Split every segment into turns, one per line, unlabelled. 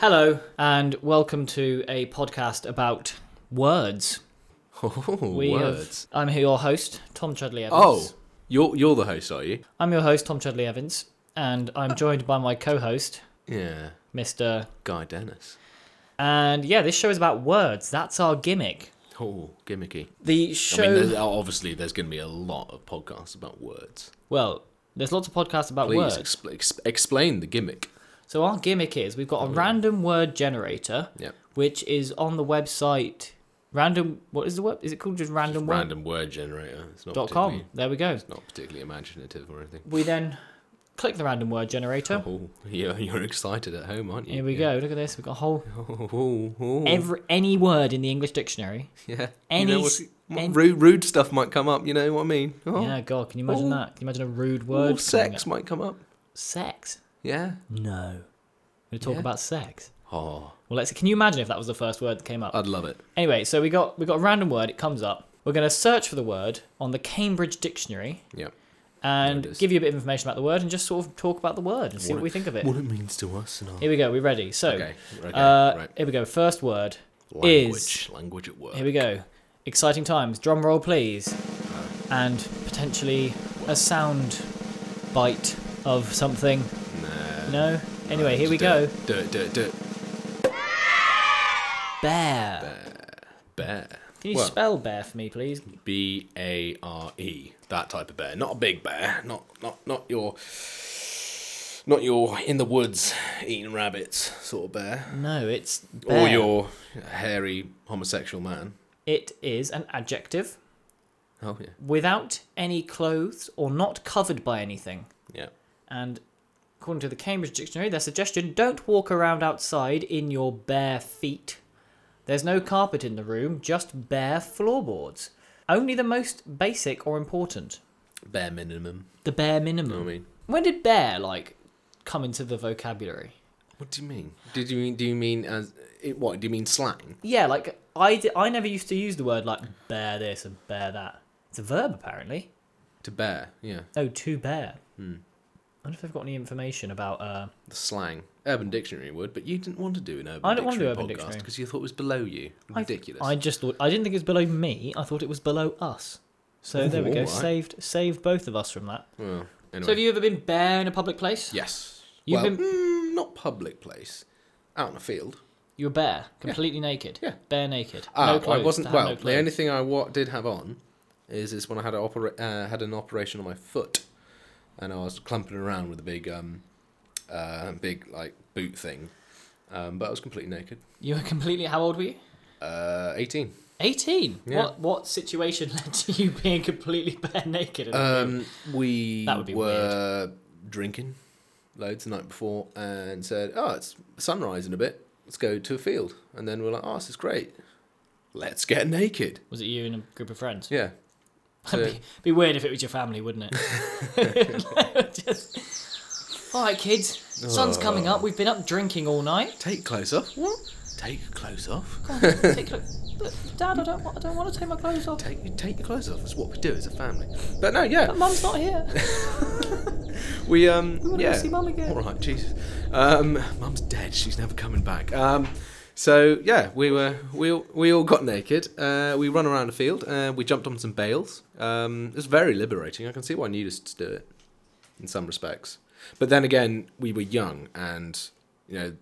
Hello, and welcome to a podcast about words.
Oh,
We have-
words.
I'm here, your host, Tom Chudley Evans.
Oh, you're you're the host, are you?
I'm your host, Tom Chudley Evans, and I'm joined by my co host,
Yeah,
Mr.
Guy Dennis.
And yeah, this show is about words. That's our gimmick.
Oh, gimmicky.
The show.
I mean, there's, oh, obviously, there's going to be a lot of podcasts about words.
well, there's lots of podcasts about
Please
words.
expl- ex- explain the gimmick.
So our gimmick is we've got a random word generator,
Yeah,
which is on the website. Random. What is the web? Is it called just random word?
random word generator. It's not
dot
particularly,
com. There we go.
Not particularly imaginative or anything.
We then click the random word generator.
Oh, you're, you're excited at home, aren't you?
Here we go. Look at this. We've got a whole
go. Oh, oh,
every any word in the English dictionary.
yeah.
any
you know, what's-
s-
what
any-
rude, rude stuff might come up. You know what I mean? Oh,
Yeah, God, can you imagine
Oh.
that? Can you imagine a rude
oh,
word? coming
sex
up?
might come up.
Sex.
Yeah.
No. We're gonna talk
Yeah.
about sex.
Oh,
Well, let's. Can you imagine if that was the first word that came up?
I'd love it.
anyway, so we got we got a random word. It comes up. We're gonna search for the word on the Cambridge Dictionary
Yeah.
and
There it is.
give you a bit of information about the word and just sort of talk about the word and see what,
What
we think of it.
What it means to us and our
Here we go. We're ready. So,
Okay. Okay.
uh,
right.
here we go. First word.
Language.
is-
Language at work.
Here we go. Exciting times. Drum roll, please. And potentially a sound bite of something.
Nah.
No? Anyway, here
Just
we
do
go.
it. Do it. Do it. Do it.
Bear.
Bear.
Can you
well,
spell bear for me, please?
B A R E. That type of bear. Not a big bear. Not not not your. Not your in the woods eating rabbits sort of bear,
No, it's bear.
or your hairy homosexual man.
It is an adjective
Oh yeah.
without any clothes or not covered by anything.
Yeah.
And according to the Cambridge Dictionary, their suggestion don't walk around outside in your bare feet. There's no carpet in the room, just bare floorboards. Only the most basic or important.
Bare minimum.
The bare
You know
minimum.
what I mean?
When did bare, like, come into the vocabulary?
What do you mean? Did you mean? Do you mean as it? What do you mean slang?
Yeah, like, I, di- I never used to use the word, like, bare this and bare that. It's a verb, apparently.
To bear? Yeah.
Oh, to bare. I wonder if they've got any information about uh,
the slang. Urban Dictionary would, but you didn't want to do an Urban
I don't want to do
Dictionary
Urban
podcast
Dictionary.
because you thought it was below you.
I-
Ridiculous.
I, just thought I didn't think it was below me. I thought it was below us. So
Ooh,
there we go.
alright.
Saved saved both of us from that.
Well, anyway.
So have you ever been bare in a public place?
yes.
You've
You've well,
been-
mm, not public place. Out in a field.
You were bare, completely naked.
Yeah.
Bare naked.
Ah,
no clothes.
I wasn't.
to have
Well,
no
the
clothes.
only thing I wa- did have on is is when I had a opera- uh, had an operation on my foot, and I was clumping around with a big um, uh, big like boot thing, um, but I was completely naked.
You were completely how old were you?
Uh, Eighteen.
Eighteen.
Yeah.
What what situation led to you being completely bare naked? in the room?
Um, we
That would be
were drinking loads the night before and said, "Oh, it's sunrise in a bit. Let's go to a field." And then we're like, "Oh, this is great. Let's get naked."
was it you and a group of friends?
Yeah.
It'd be, be weird if it was your family, wouldn't it? Just- All right, kids. Sun's coming
Oh.
up. We've been up drinking all night.
Take clothes off. What? Take your clothes off.
take your, look, Dad, I don't, wa- I don't want to take my clothes off.
Take take your clothes off. That's what we do as a family. But no, yeah,
Mum's not here.
we um
wanna go
yeah.
see Mum again.
All right, Jesus. Um, Mum's dead. She's never coming back. Um. So yeah, we were we all- we all got naked. Uh, we run around the field. Uh, we jumped on some bales. Um, it was very liberating. I can see why nudists do it, in some respects. But then again, we were young and you know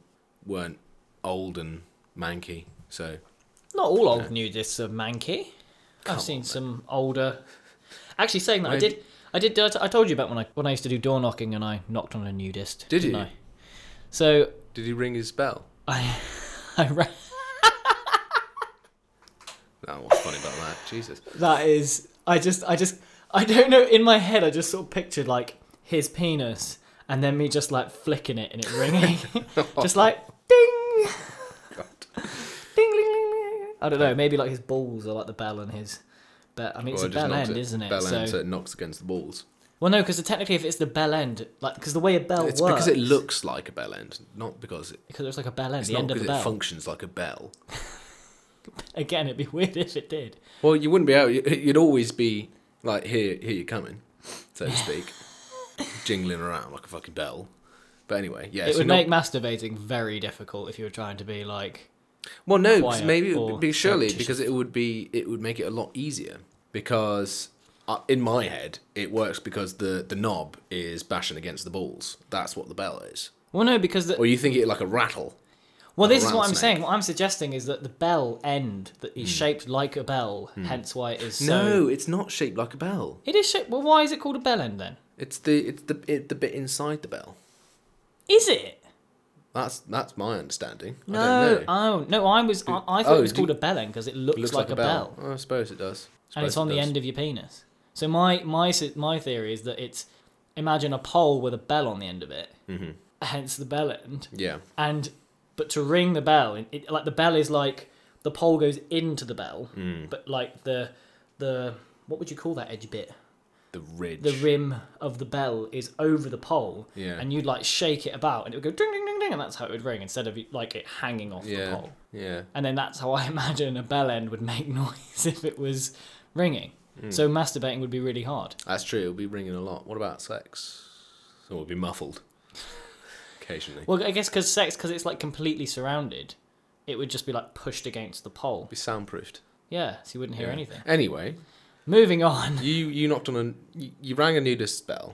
weren't old and manky. So
Not all old nudists are manky. I've seen some older. Actually, saying that, I
Maybe-
did. I did. I t- I told you about when I when I used to do door knocking and I knocked on a nudist.
Did
didn't
you?
I? So
did he ring his bell?
I, I ra-
No, what's funny about that? Jesus.
that is. I just. I just. I don't know. In my head, I just sort of pictured like his penis and then me just like flicking it and it ringing, just like ding.
God.
Ding, ding, ding, ding. I don't know. Maybe like his balls are like the bell and his. But I mean, it's
Well,
a
it just
bell
knocks
end, is isn't it?
Bell
so,
end, so it knocks against the balls.
well, no, because technically, if it's the bell end, like because the way a bell
It's
works,
because it looks like a bell end, not because it,
because it looks like a bell end,
it's
the
not
end of
because
the
it
bell.
functions like a bell.
Again, it'd be weird if it did.
Well, you wouldn't be able. you- You'd always be like here, here you're coming, so to speak, jingling around like a fucking bell. But anyway, yeah.
it
so
would
not-
make masturbating very difficult if you were trying to be like
Well, no, 'cause
quiet
maybe it
or
would be surely
repetitious.
because it would be it would make it a lot easier because uh, in my head it works because the the knob is bashing against the balls. That's what the bell is.
well no because the,
Or you think it like a rattle.
well this
a
is what i'm
rattlesnake. Hmm.
saying what i'm suggesting is that the bell end that is shaped like a bell hence why it is so
no, it's not shaped like a bell.
it is shaped well why is it called a bell end then
It's the it's the it, the bit inside the bell.
is it
That's that's my understanding. I
no
don't know.
oh no i was i, I thought
Oh,
it was
do-
called a bell end because it looks,
It looks
like, a bell,
Oh, I suppose it does.
and it's
Suppose
on
it
the
does.
end of your penis so my my s- my theory is that it's imagine a pole with a bell on the end of it mm-hmm. hence the bell end
Yeah.
and but to ring the bell it, it, like the bell is like the pole goes into the bell
Hmm.
but like the the what would you call that edge bit
The ridge.
the rim of the bell is over the pole
Yeah.
and you'd like shake it about and it would go ding ding ding ding and that's how it would ring instead of like it hanging off the
Yeah.
pole
Yeah.
and then that's how i imagine a bell end would make noise if it was ringing
Hmm.
so masturbating would be really hard
That's true. It'll be ringing a lot. What about sex? So it'll be muffled occasionally.
well i guess because sex because it's like completely surrounded it would just be like pushed against the pole
be soundproofed.
yeah so you wouldn't hear
Yeah.
anything
Anyway,
moving on
you you knocked on a you, you rang a nudist bell.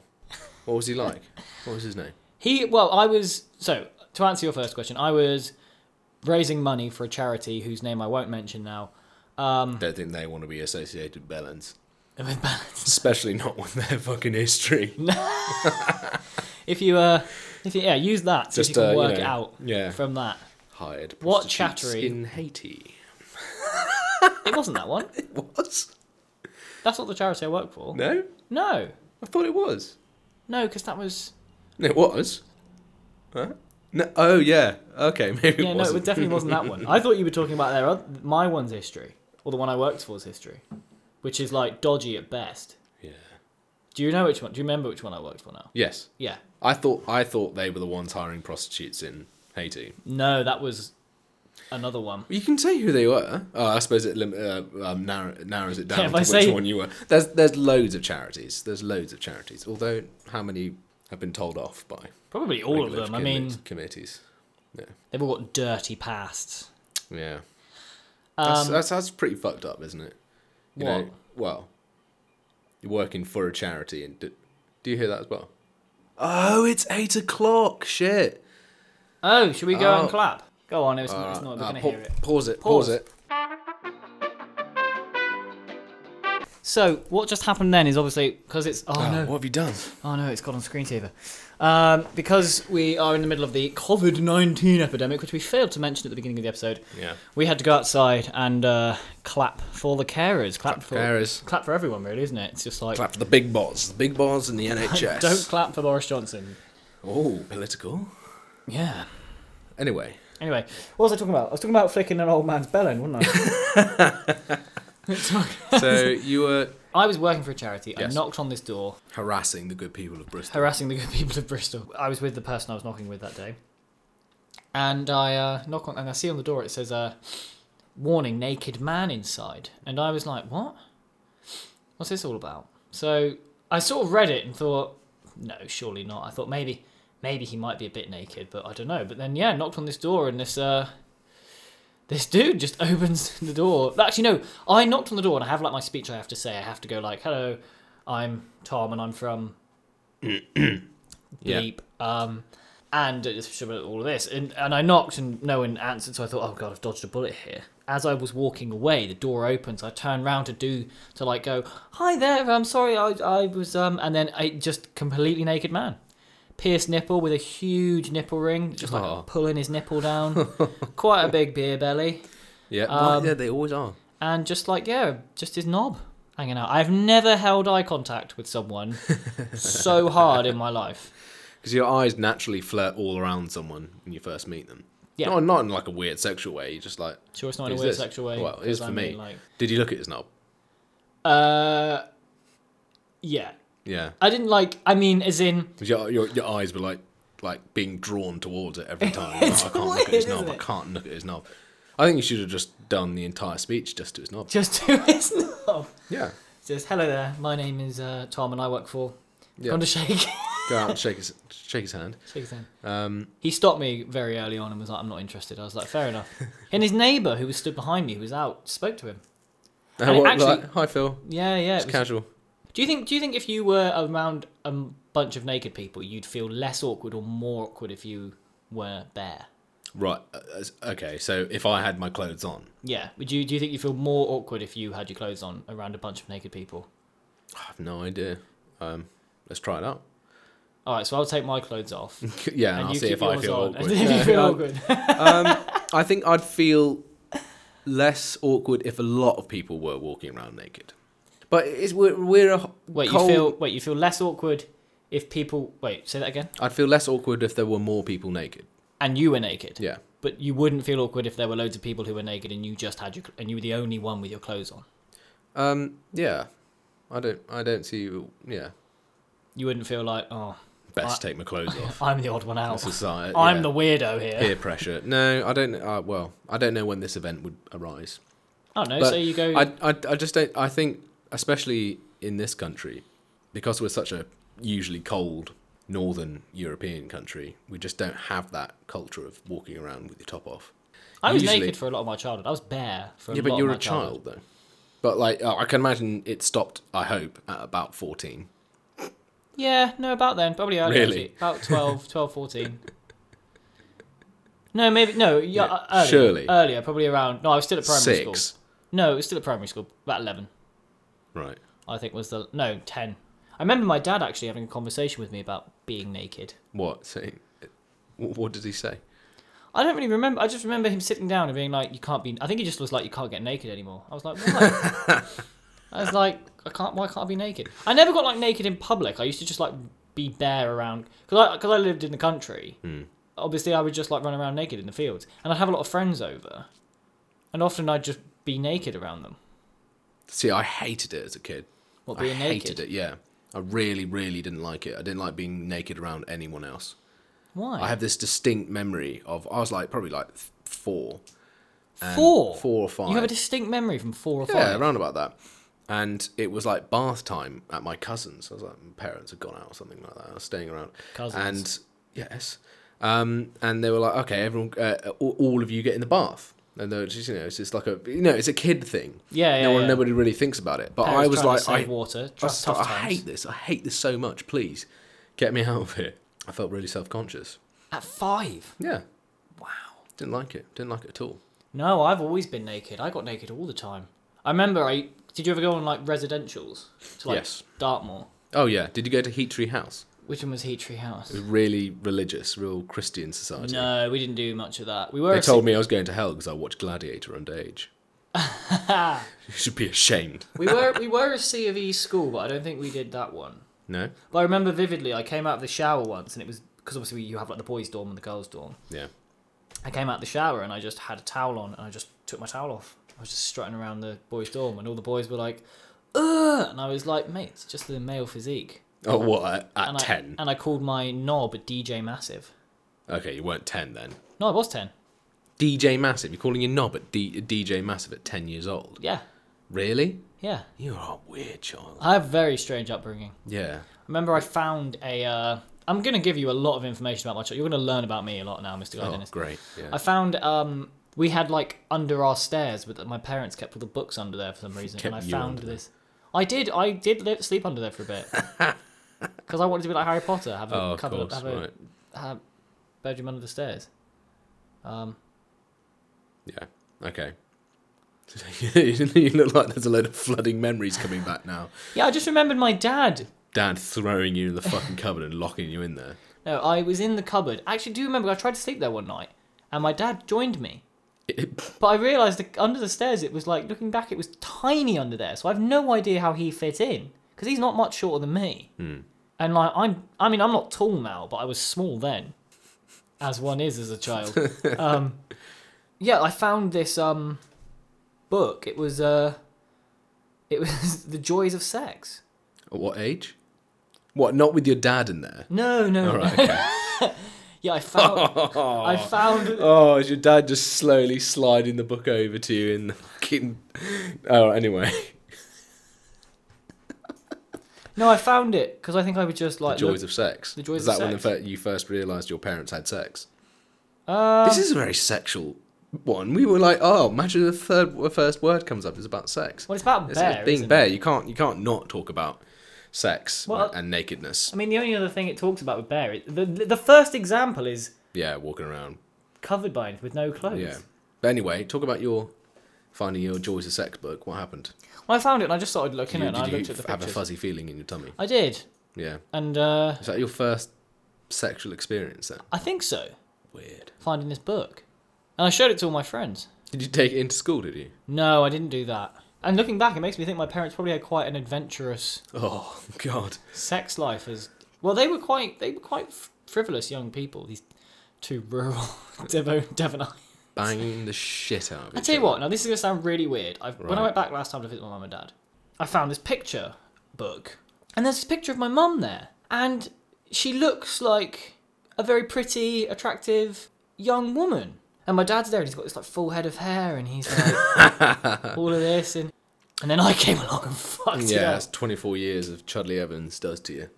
What was he like? What was his name?
He well, I was so to answer your first question, I was raising money for a charity whose name I won't mention now.
Don't think they want to be associated with bellends,
With balance.
especially not with their fucking history.
If you uh, if you yeah, use that so
Just
you can
uh, you
work it
know,
out
yeah.
from that.
Hired
What
prostitutes
chattery-
in Haiti?
It wasn't that one.
It was
That's not the charity I work for.
no.
No,
I thought it was.
no, because that was
It was. Huh? No. Oh yeah. Okay. Maybe
yeah, no,
it
it
wasn't.
definitely wasn't that one. I thought you were talking about their oth- my one's history or the one I worked for's history, which is like dodgy at best.
yeah.
Do you know which one? Do you remember which one I worked for now?
Yes.
Yeah.
I thought I thought they were the ones hiring prostitutes in Haiti.
No, that was another one.
You can say who they were. Oh, I suppose it lim- uh, um, narrow- narrows it down
Yeah, if
to
I
which
say-
one you were. There's there's loads of charities. There's loads of charities. Although how many have been told off by
Probably all of
regulatory
them. I
commit-
mean,
committees. Yeah,
They've all got dirty pasts.
yeah. That's,
Um,
that's that's pretty fucked up, isn't it? You
what?
know, well, you're working for a charity, and do, do you hear that as well? Oh, it's eight o'clock. Shit.
Oh, should we go
Oh.
and clap? Go on, it's, it's
Uh,
not. We're
uh,
gonna
pa-
hear it.
Pause it.
Pause.
Pause it.
So what just happened then is obviously because it's oh,
Oh,
no
What have you done?
oh no it's got on screensaver, um, because we are in the middle of the COVID nineteen epidemic, which we failed to mention at the beginning of the episode.
Yeah.
We had to go outside and uh, clap for the carers. Clap, for
carers.
Clap for everyone, really, isn't it? It's just like
Clap for the big boss. The big boss in the NHS.
don't clap for Boris Johnson.
Oh, political.
Yeah.
Anyway,
Anyway, what was I talking about? I was talking about flicking an old man's bell end, wasn't I?
so you were
I was working for a charity. I
Yes.
knocked on this door.
harassing the good people of Bristol.
harassing the good people of Bristol. I was with the person I was knocking with that day, and I uh, knock on, and I see on the door it says, uh, "Warning: Naked man inside." And I was like, "What? What's this all about?" So I sort of read it and thought, "No, surely not." I thought maybe, maybe he might be a bit naked, but I don't know. But then yeah, knocked on this door and this. Uh, this dude just opens the door. Actually, no, I knocked on the door and I have like my speech I have to say. I have to go like, "Hello, I'm Tom and I'm from
Yeah.
bleep. Um, and it just showed me all of this. And, and I knocked and no one answered, so I thought, oh god, I've dodged a bullet here. As I was walking away, the door opens. I turn round to do to like go, hi there. I'm sorry, I, I was um, and then I just completely naked man, pierced nipple with a huge nipple ring, just like
Aw.
pulling his nipple down, quite a big beer belly,
Yeah,
Um,
well, yeah, they always are.
and just like yeah, just his knob hanging out. I've never held eye contact with someone so hard in my life.
Because your eyes naturally flirt all around someone when you first meet them.
Yeah.
Not, not in like a weird sexual way. You're just like,
Sure, it's not in a
who's
weird
this?
sexual way.
Well, it is
'cause
for
I
me.
mean, like,
Did you look at his knob?
uh, yeah,
Yeah.
I didn't like. I mean, as in,
'Cause your, your, your eyes were like like being drawn towards it every time. Like, I can't look at
weird,
his knob.
isn't
I
it?
can't look at his knob. I think you should have just done the entire speech just to his knob.
just do it's not.
Yeah.
It says, "Hello there. My name is uh, Tom, and I work for
Yeah.
Condor Shake."
go out and shake his shake his hand.
Shake his hand.
Um,
He stopped me very early on and was like, "I'm not interested." I was like, "Fair enough." and his neighbour, who was stood behind me, who was out, spoke to him.
uh,
And it
what-
actually-
like, hi Phil,
Yeah, yeah.
it's
it was-
casual.
do you think? Do you think if you were around a bunch of naked people, you'd feel less awkward or more awkward if you were bare?
Right. uh, uh, Okay. So if I had my clothes on,
Yeah. Would you? Do you think you feel more awkward if you had your clothes on around a bunch of naked people?
I have no idea. Um, let's try it out.
All right, so I'll take my clothes off. and
yeah, and I'll
you
see
keep
if I
yours
feel
on,
awkward.
And if you
Yeah,
feel
yeah.
awkward.
I think I'd feel less awkward if a lot of people were walking around naked. But it's, we're, we're a h-
Wait,
cold.
you feel wait, you feel less awkward if people wait, say that again.
I'd feel less awkward if there were more people naked.
And you were naked.
Yeah.
But you wouldn't feel awkward if there were loads of people who were naked and you just had your cl- and you were the only one with your clothes on.
Um. Yeah. I don't. I don't see. Yeah.
You wouldn't feel like, oh,
Best take my clothes off.
I'm the odd one out.
Society.
I'm
yeah.
the weirdo here.
peer pressure. No, I don't. Uh, well, I don't know when this event would arise.
I don't know.
But
so you go.
I, I, I just don't. I think, especially in this country, because we're such a usually cold northern European country, we just don't have that culture of walking around with your top off.
I was
usually-
naked for a lot of my childhood. I was bare for a
yeah,
lot
but
of
you're
my
a
childhood.
child though. But like, uh, I can imagine it stopped. I hope at about fourteen.
Yeah, no, about then. Probably early,
Really?
actually. About 12, 12, 14. No, maybe, no, yeah,
Yeah,
uh, earlier,
surely.
Earlier, probably around, no, I was still at primary school.
Six.
No, it was still at primary school, about 11,
Right.
I think was the, no, 10. I remember my dad actually having a conversation with me about being naked.
What? So, wh- what did he say?
I don't really remember, I just remember him sitting down and being like, you can't be, I think he just was like, you can't get naked anymore. I was like, why? I was like, I can't, why can't I be naked? I never got like naked in public. I used to just like be bare around, because I, cause I lived in the country.
Hmm.
Obviously, I would just like run around naked in the fields. And I'd have a lot of friends over. And often I'd just be naked around them.
See, I hated it as a kid.
What,
I
being naked?
hated it. Yeah, I really, really didn't like it. I didn't like being naked around anyone else.
Why?
I have this distinct memory of I was like probably like f- four, and-
four.
four or five.
You have a distinct memory from four or
yeah,
five.
around about that. And it was like bath time at my cousin's. I was like, my parents had gone out or something like that. I was staying around.
Cousins.
And yes, um, and they were like, okay, everyone, uh, all, all of you get in the bath. And they were just, you know, it's just like a, you know, it's a kid thing.
Yeah, yeah,
no one,
yeah.
nobody really thinks about it. But
Parents
I was
trying
like,
to save
I,
water.
I,
Tough
was like, I
times.
hate this. I hate this so much. Please, get me out of here. I felt really self conscious.
At five.
Yeah,
Wow.
didn't like it. Didn't like it at all.
No, I've always been naked. I got naked all the time. I remember. I did you ever go on like residentials to like
Yes.
Dartmoor,
Oh yeah, did you go to Heat Tree House?
which one was Heat Tree House?
It was really religious, real Christian society.
No, we didn't do much of that. We were
They
a
told me I was going to hell because I watched Gladiator underage. you should be ashamed.
Ah, we were we were a C of E school, but I don't think we did that one.
No.
But I remember vividly. I came out of the shower once, and it was because obviously you have like the boys' dorm and the girls' dorm.
Yeah.
I came out of the shower and I just had a towel on and I just took my towel off. I was just strutting around the boys' dorm and all the boys were like, Ugh! and I was like, mate, it's just the male physique.
Oh what? At
And I,
ten?
and I called my knob DJ Massive.
Okay, you weren't ten then.
No, I was ten.
DJ Massive. You're calling your knob at D- DJ Massive at ten years old?
Yeah,
Really?
yeah.
You are a weird child.
I have very strange upbringing.
Yeah.
Remember, I found a. Uh, I'm going to give you a lot of information about my child. You're going to learn about me a lot now, Mr. Guy
Oh,
Dennis.
great. Yeah.
I found um, we had like under our stairs, but my parents kept all the books under there for some reason,
Kept
and I
you
found
under there.
this. I did. I did li- sleep under there for a bit because I wanted to be like Harry Potter, have a
oh, of
cupboard,
course.
have
Right.
a have bedroom under the stairs. Um,
Yeah. Okay. you look like there's a load of flooding memories coming back now.
yeah, I just remembered my dad.
Dad throwing you in the fucking cupboard and locking you in there.
No, I was in the cupboard. Actually, do you remember I tried to sleep there one night, and my dad joined me. But I realised that under the stairs it was like looking back, it was tiny under there. So I've no idea how he fit in because he's not much shorter than me.
Hmm.
And like I'm, I mean, I'm not tall now, but I was small then, as one is as a child. um, yeah, I found this um, book. It was uh, it was the joys of sex.
At what age? What? Not with your dad in there.
No, no,
All
no.
right. Okay.
yeah, I found, I found
Oh, is your dad just slowly sliding the book over to you in the fucking. Oh, anyway.
No, I found it because I think I would just
the
like.
joys
look-
of sex.
the joys
Is
of
that when the
sex.
fir- you first realised your parents had sex?
Uh,
this is a very sexual one. We were like, oh, imagine the third, the first word comes up is about sex.
well, it's about
It's
bear.
being
isn't it?
bare, you can't you can't not talk about sex
Well-
and nakedness.
I mean, the only other thing it talks about with bear, is, the the first example is
Yeah, walking around.
covered by with no clothes.
Yeah. But anyway, talk about your finding your joys of sex book. What happened?
Well, I found it and I just started looking
You-
at it and I
did you
looked at the
have a
pictures.
fuzzy feeling in your tummy?
I did,
Yeah.
and uh,
Is that your first sexual experience then?
I think so.
Weird.
Finding this book, and I showed it to all my friends.
Did you take it into school? Did you?
No, I didn't do that. And looking back, it makes me think my parents probably had quite an adventurous
Oh God.
sex life. As well, they were quite they were quite frivolous young people. These two rural Devon Devonites.
Banging the shit out of
I
each
tell you
other.
what, now this is going to sound really weird. I've, When I
Right.
went back last time to visit my mum and dad, I found this picture book, and there's this picture of my mum there, and she looks like a very pretty, attractive young woman. And my dad's there, and he's got this like full head of hair, and he's like all of this, and and then I came along and fucked it
Yeah,
up.
it's 24 years of Chudley Evans does to you.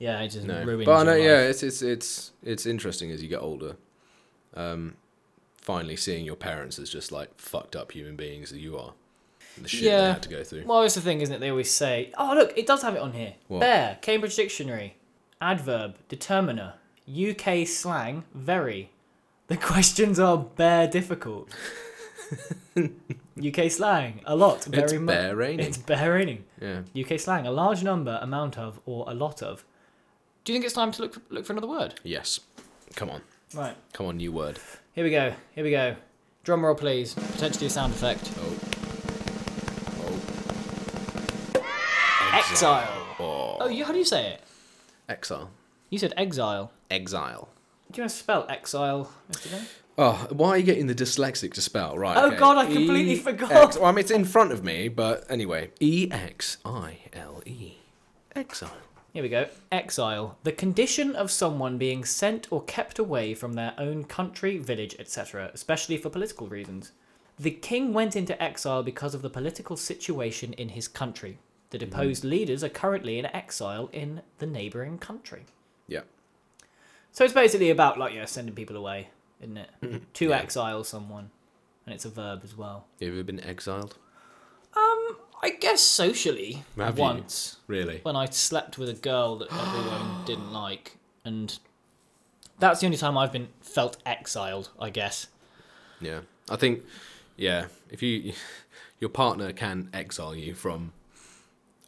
Yeah, it just
No,
ruined.
but I
your
know, yeah,
life.
it's it's it's it's interesting as you get older. Um, finally seeing your parents as just like fucked up human beings that you are, and the shit they
Yeah.
had to go through.
Well, it's the thing, isn't it? They always say, "Oh, look, it does have it on here."
What?
Bear, Cambridge Dictionary, adverb, determiner, UK slang, very. The questions are bare difficult. UK slang, a lot, very
It's
mu-
bare raining.
It's bare raining.
yeah,
UK slang, a large number, amount of, or a lot of. Do you think it's time to look look for another word?
yes. Come on,
Right,
come on, new word.
here we go. Here we go. Drum roll, please. Potentially a sound effect.
Oh, oh,
Exile.
oh.
Oh, you, how do you say it?
exile,
You said exile.
exile.
Do you want to spell exile, Mr. Jones?
Oh, why are you getting the dyslexic to spell? Right.
Oh,
okay. E
God, I completely forgot.
X- well, I mean, it's in front of me, but anyway, E X I L E, exile.
Here we go. Exile. The condition of someone being sent or kept away from their own country, village, etc., especially for political reasons. The king went into exile because of the political situation in his country. The deposed leaders are currently in exile in the neighbouring country.
Yeah.
So it's basically about, like, yeah, sending people away, isn't it? to exile someone. And it's a verb as well.
Have you ever been exiled?
I guess socially,
Have you?
once.
Really?
when I slept with a girl that everyone didn't like, and that's the only time I've been felt exiled, I guess.
Yeah, I think, yeah, if you, your partner can exile you from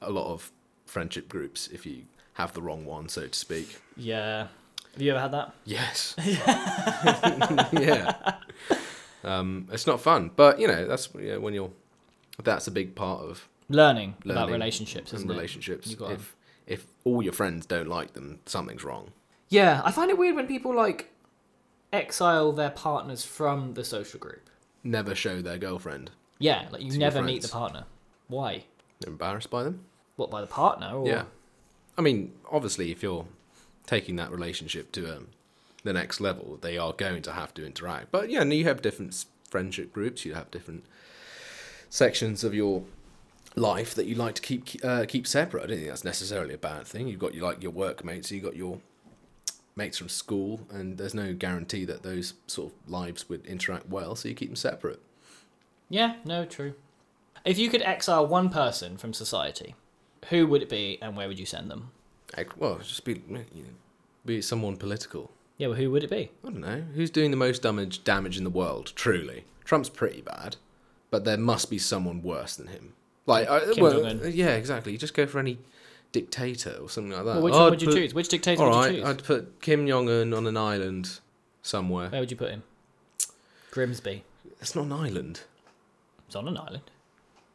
a lot of friendship groups if you have the wrong one, so to speak.
Yeah. Have you ever had that?
Yes. yeah. Um, it's not fun, but you know that's yeah, when you're. That's a big part of
Learning, about
Learning
relationships, isn't
and
it?
relationships.
You gotta-
If if all your friends don't like them, something's wrong.
Yeah, I find it weird when people like exile their partners from the social group.
Never show their girlfriend.
Yeah, like you
your
never meet the
friends.
partner. Why?
They're embarrassed by them.
What by the partner? Or...
Yeah. I mean, obviously, if you're taking that relationship to um, the next level, they are going to have to interact. But yeah, and you have different s- friendship groups. You have different sections of your life that you like to keep uh, keep separate. I don't think that's necessarily a bad thing. You've got your like your workmates. You've got your mates from school, and there's no guarantee that those sort of lives would interact well. So you keep them separate.
Yeah. No. True. If you could exile one person from society, who would it be, and where would you send them?
Like, Well, just be you know, be someone political.
Yeah. Well, who would it be?
I don't know. Who's doing the most damage damage in the world? Truly, Trump's pretty bad, but there must be someone worse than him. Like, I,
Kim
well,
Jong-un.
yeah, exactly. You just go for any dictator or something like that.
Well, which
one
one would you choose? Which dictator
All
would
right,
you choose?
I'd put Kim Jong Un on an island somewhere.
Where would you put him? Grimsby.
It's not an island.
He's on an island.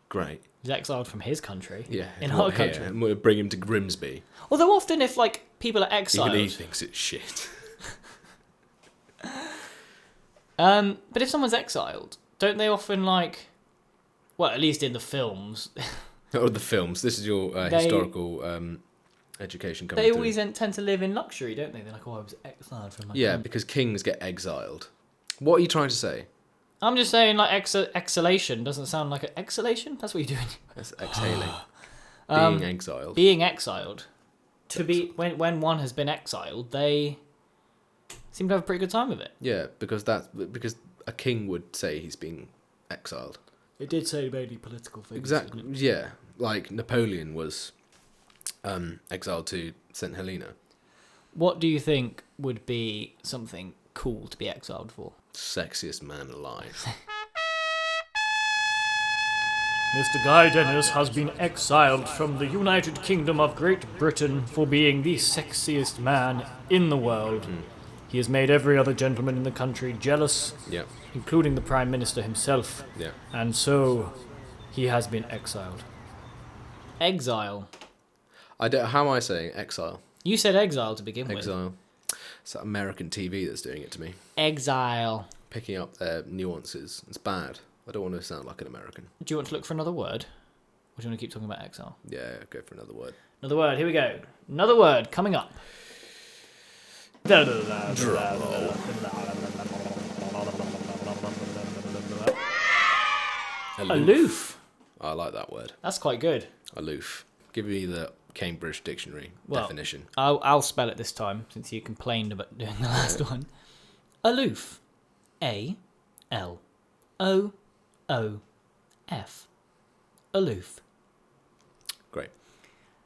Great.
He's exiled from his country.
Yeah.
In
not
our
here.
country.
and we'll bring him to Grimsby.
Although often, if like people are
Even he
exiled,
thinks it's shit.
um, but if someone's exiled, don't they often like, well, at least in the films,
or the films. This is your uh,
They-
historical um, education coming
they
through.
always en- tend to live in luxury, don't they? They're like, oh, I was exiled from my.
Yeah,
country."
because kings get exiled. What are you trying to say?
I'm just saying, like, ex- exhalation doesn't sound like an exhalation. That's what you're doing.
That's exhaling.
Um,
being exiled.
being exiled to be when when one has been exiled they seem to have a pretty good time of it
yeah, because that because a king would say he's being exiled.
it did say mainly political things
Exactly. Yeah, like Napoleon was um, exiled to Saint Helena.
what do you think would be something cool to be exiled for
Sexiest man alive.
Mr. Guy Dennis has been exiled from the United Kingdom of Great Britain for being the sexiest man in the world. He has made every other gentleman in the country jealous,
yeah,
including the Prime Minister himself.
yeah.
And so he has been exiled. Exile.
I don't. How am I saying exile?
You said exile to begin with.
Exile. It's that American TV that's doing it to me.
Exile.
Picking up their nuances. It's bad. I don't want to sound like an American.
Do you want to look for another word? Or do you want to keep talking about exile?
Yeah, go for another word.
Another word, here we go. Another word coming up. Aloof.
I like that word.
That's quite good.
Aloof. Give me the Cambridge Dictionary
Well-
definition.
I'll, I'll spell it this time since you complained about doing the last one. Aloof. A L O O F. Aloof.
Great.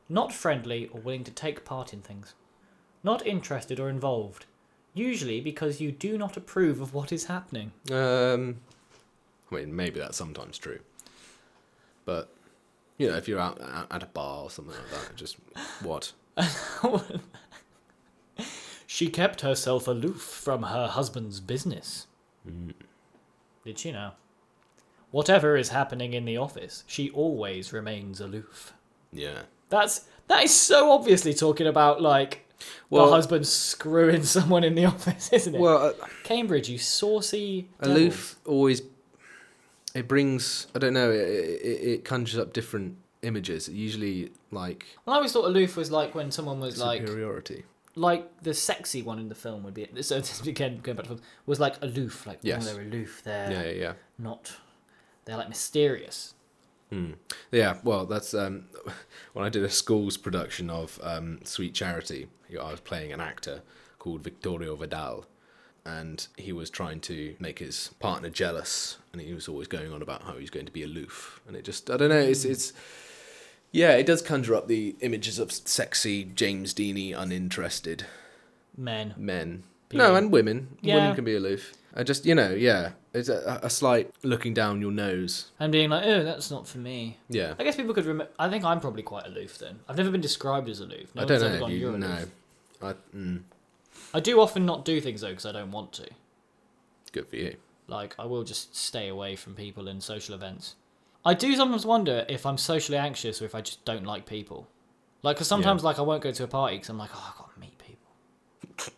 Not friendly or willing to take part in things. Not interested or involved. Usually because you do not approve of what is happening.
Um, I mean, maybe that's sometimes true, but you know, if you're out out- at a bar or something like that, just what?
She kept herself aloof from her husband's business. Did she now? Whatever is happening in the office, she always remains aloof.
Yeah.
That's that is so obviously talking about like
Well-
the husband screwing someone in the office, isn't it?
Well, uh,
Cambridge, you saucy devil.
aloof always it brings. I don't know. It, it, it conjures up different images. Usually, like
Well, I always thought aloof was like when someone was like
superiority.
like the sexy one in the film would be. So this again going back to film was like aloof, like
Yes.
oh, they're aloof, they're
yeah, yeah, yeah.
not, they're like mysterious. Hmm.
Yeah, well, that's um, when I did a school's production of um, Sweet Charity. you know, I was playing an actor called Victorio Vidal, and he was trying to make his partner jealous, and he was always going on about how he's going to be aloof, and it just I don't know. It's it's yeah, it does conjure up the images of sexy James Deany uninterested
men.
men.
Be-
No, and women.
Yeah.
Women can be aloof. I just you know yeah, it's a, a slight looking down your nose.
and being like, oh, that's not for me.
Yeah.
I guess people could remember. I think I'm probably quite aloof then. I've never been described as aloof. No
I don't
one's
know.
ever
If
gone,
you,
"You're
no,
aloof."
I, mm,
I do often not do things though because I don't want to.
good for you.
Like, I will just stay away from people in social events. I do sometimes wonder if I'm socially anxious or if I just don't like people. Like, because sometimes, like, I won't go to a party because I'm like, oh, I've got to meet people.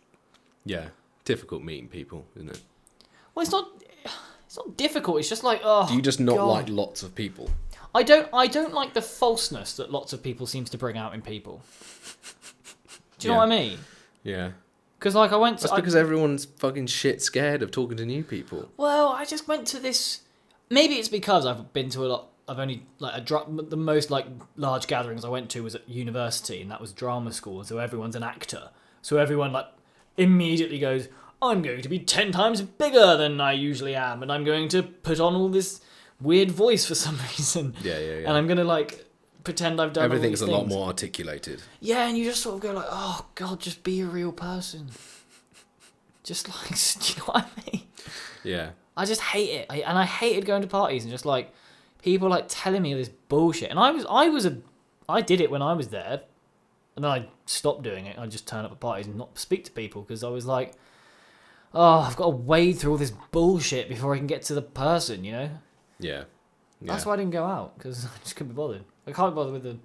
Yeah, difficult meeting people, isn't it?
Well, it's not. It's not difficult. It's just like, oh.
Do you just not
God.
like lots of people?
I don't I don't like the falseness that lots of people seems to bring out in people. Do you know
Yeah.
what I mean?
Yeah,
Because like I went to
that's
I-
because everyone's fucking shit scared of talking to new people.
well, I just went to this. Maybe it's because I've been to a lot. I've only like a dra- the most like large gatherings I went to was at university, and that was drama school. So everyone's an actor. So everyone like immediately goes, "I'm going to be ten times bigger than I usually am, and I'm going to put on all this weird voice for some reason,
Yeah, yeah,
and I'm going to like pretend I've done all
Everything's a
these
lot
things."
more articulated.
Yeah, and you just sort of go like, oh god, just be a real person. just like, do you know what I mean?
Yeah,
I just hate it, I, and I hated going to parties and just like people like telling me this bullshit. And I was, I was a, I did it when I was there, and then I stopped doing it. I just turned up at parties and not speak to people because I was like, oh, I've got to wade through all this bullshit before I can get to the person, you know.
yeah, yeah.
That's why I didn't go out because I just couldn't be bothered. I can't be bothered with them.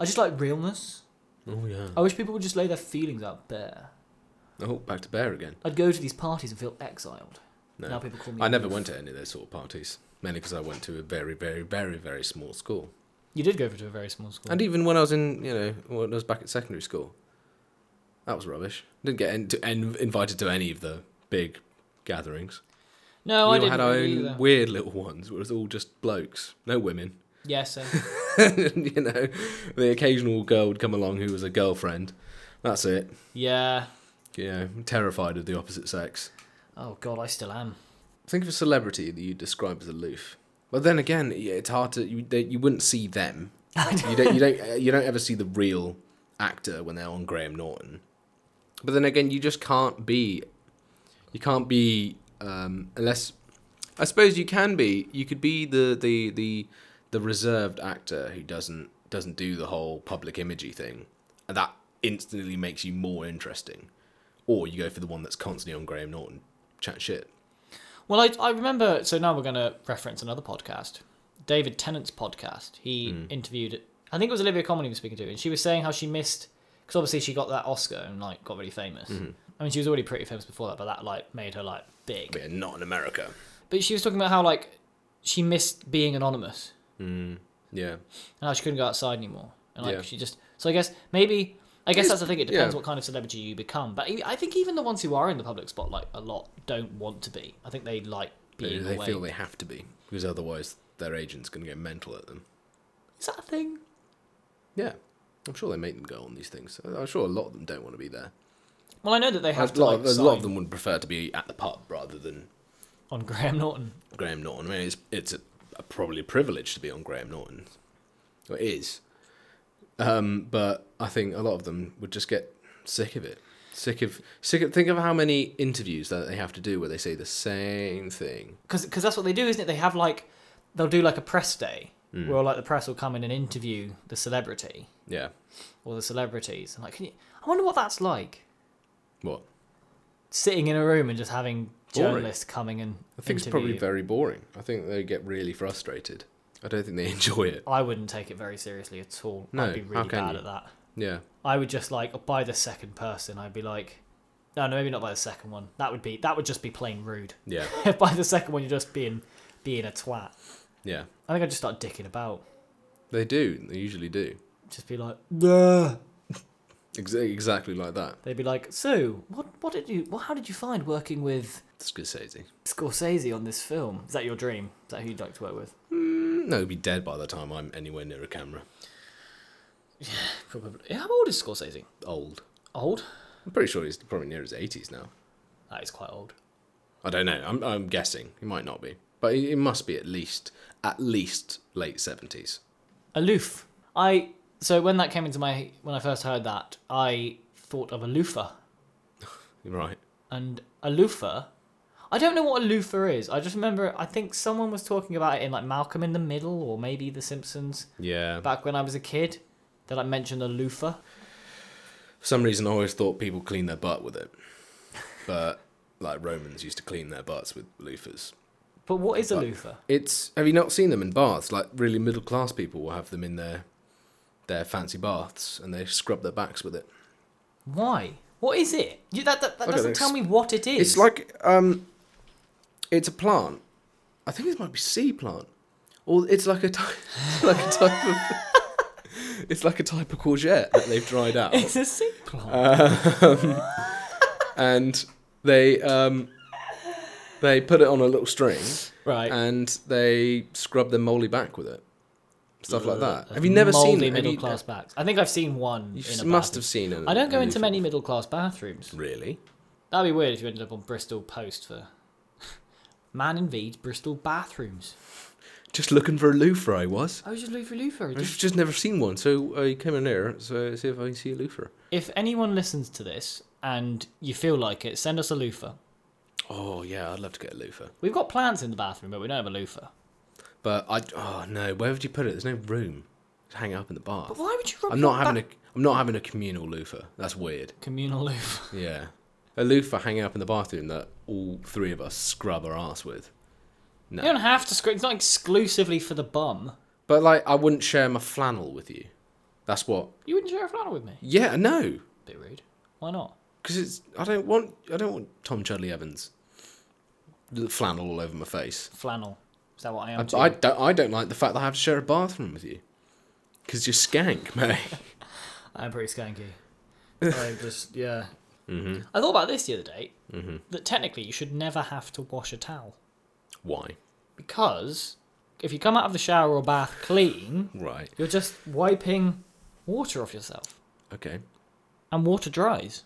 I just like realness.
Oh yeah.
I wish people would just lay their feelings out bare.
Oh, back to bear again.
I'd go to these parties and feel exiled.
No.
Now people call me.
I never
aloof.
went to any of those sort of parties, mainly because I went to a very, very, very, very small school.
You did go to a very small school.
And even when I was in, you know, when I was back at secondary school, that was rubbish. Didn't get in, to, in, invited to any of the big gatherings.
no, Oh,
we
I
all
didn't
had our
really
own
either.
weird little ones. Where it was all just blokes, no women.
Yes, um,
you know, the occasional girl would come along who was a girlfriend. That's it.
Yeah.
You know, terrified of the opposite sex.
Oh god, I still am.
Think of a celebrity that you describe as aloof. But then again, yeah, it's hard to you, they, you wouldn't see them. you don't you don't uh, you don't ever see the real actor when they're on Graham Norton. But then again, you just can't be. You can't be um, unless. I suppose you can be. You could be the the the the reserved actor who doesn't doesn't do the whole public imagey thing, and that instantly makes you more interesting. Or you go for the one that's constantly on Graham Norton, chat shit.
Well, I, I remember. So now we're going to reference another podcast, David Tennant's podcast. He interviewed, I think it was Olivia Colman he was speaking to, and she was saying how she missed because obviously she got that Oscar and like got really famous. I mean, she was already pretty famous before that, but that like made her like big.
But yeah, not in America.
But she was talking about how like she missed being anonymous
Yeah.
and how she couldn't go outside anymore, and like
Yeah.
she just. So I guess maybe. I guess
It's-
that's the thing. It depends
yeah.
what kind of celebrity you become, but e, I I think even the ones who are in the public spotlight a lot don't want to be. I think they like
They,
being
they
away.
feel they have to be because otherwise their agent's going to get mental at them.
Is that a thing?
Yeah, I'm sure they make them go on these things. I'm sure a lot of them don't want to be there.
Well, I know that they
A
have
lot,
to like
of, a lot
sign
of them would prefer to be at the pub rather than
on Graham Norton.
Graham Norton. I mean, it's it's a, a probably a privilege to be on Graham Norton. Well, it is, um, but I think a lot of them would just get sick of it. Sick of sick. Of, think of how many interviews that they have to do where they say the same thing.
Because that's what they do, isn't it? They have like they'll do like a press day
Mm.
where like the press will come in and interview the celebrity
Yeah.
or the celebrities. And like, can you, I wonder what that's like
What?
sitting in a room and just having
Boring.
journalists coming and
I think it's
interview
probably
you.
very boring. I think they get really frustrated. I don't think they enjoy it.
I wouldn't take it very seriously at all.
No,
I'd be
how
really
can
bad
you?
at that.
Yeah.
I would just like by the second person. I'd be like, no, no, maybe not by the second one. That would be that would just be plain rude.
Yeah.
by the second one, you're just being being a twat.
Yeah.
I think I'd just start dicking about.
They do. They usually do.
Just be like, nah.
Ex- exactly like that.
They'd be like, "So, what? What did you? Well, how did you find working with
Scorsese.
Scorsese on this film? Is that your dream? Is that who you'd like to work with?"
Mm, No, he'd be dead by the time I'm anywhere near a camera.
Probably. Yeah, how old is Scorsese?
Old.
Old?
I'm pretty sure he's probably near his 80s now.
That is quite old.
I don't know. I'm, I'm guessing. He might not be. But he, he must be at least, at least late 70s.
Aloof. I. So when that came into my when I first heard that, I thought of a loofah
Right.
and a loofah. I don't know what a loofah is. I just remember I think someone was talking about it in like Malcolm in the Middle or maybe The Simpsons
Yeah.
back when I was a kid. They like mentioned a loofah.
For some reason, I always thought people clean their butt with it. But, like, Romans used to clean their butts with loofahs.
But what is a
But-
loofah?
It's have you not seen them in baths? Like really middle class people will have them in their their fancy baths and they scrub their backs with it.
Why? What is it? You, that that, that
Look at
doesn't
this.
tell me what it is.
It's like um, it's a plant. I think it might be sea plant, or it's like a type, like a type of it's like a type of courgette that they've dried out,
it's a sea plant.
Uh, and they um, they put it on a little string
right.
and they scrub their moly back with it, stuff like that.
Uh,
Have you never seen
mouldy
it? Have
middle
you-
class backs? I think I've seen one.
You
in a
must
bathroom.
have seen it.
I don't go into many middle class bathrooms.
Really?
That'd be weird if you ended up on Bristol Post for man invades Bristol bathrooms.
Just looking for a loofah, I was.
I was Oh, just loofah loofah.
I've
Just...
just never seen one, so I came in there so I see if I can see a loofah.
If anyone listens to this and you feel like it, send us a loofah.
Oh yeah, I'd love to get a loofah,
We've got plants in the bathroom, but we don't have a loofah.
but I oh no, where would you put it? There's no room. Just hang it up in the bath.
But why would you? rub
I'm
your
not having
back-
a I'm not having a communal loofah. That's weird.
communal loofah.
Yeah, a loofah hanging up in the bathroom that all three of us scrub our ass with. No.
You don't have to. scr- It's not exclusively for the bum.
But like, I wouldn't share my flannel with you. That's what.
You wouldn't share a flannel with me.
Yeah, no.
Bit rude. Why not?
Because it's I don't want I don't want Tom Chudley Evans l- flannel all over my face.
Flannel. Is that what I am?
I,
too?
I don't I don't like the fact that I have to share a bathroom with you. Because you're skank, mate.
I'm pretty skanky. I just yeah. Mm-hmm. I thought about this the other day. Mm-hmm. That technically you should never have to wash a towel
Why?
because if you come out of the shower or bath clean,
Right.
you're just wiping water off yourself,
Okay.
and water dries.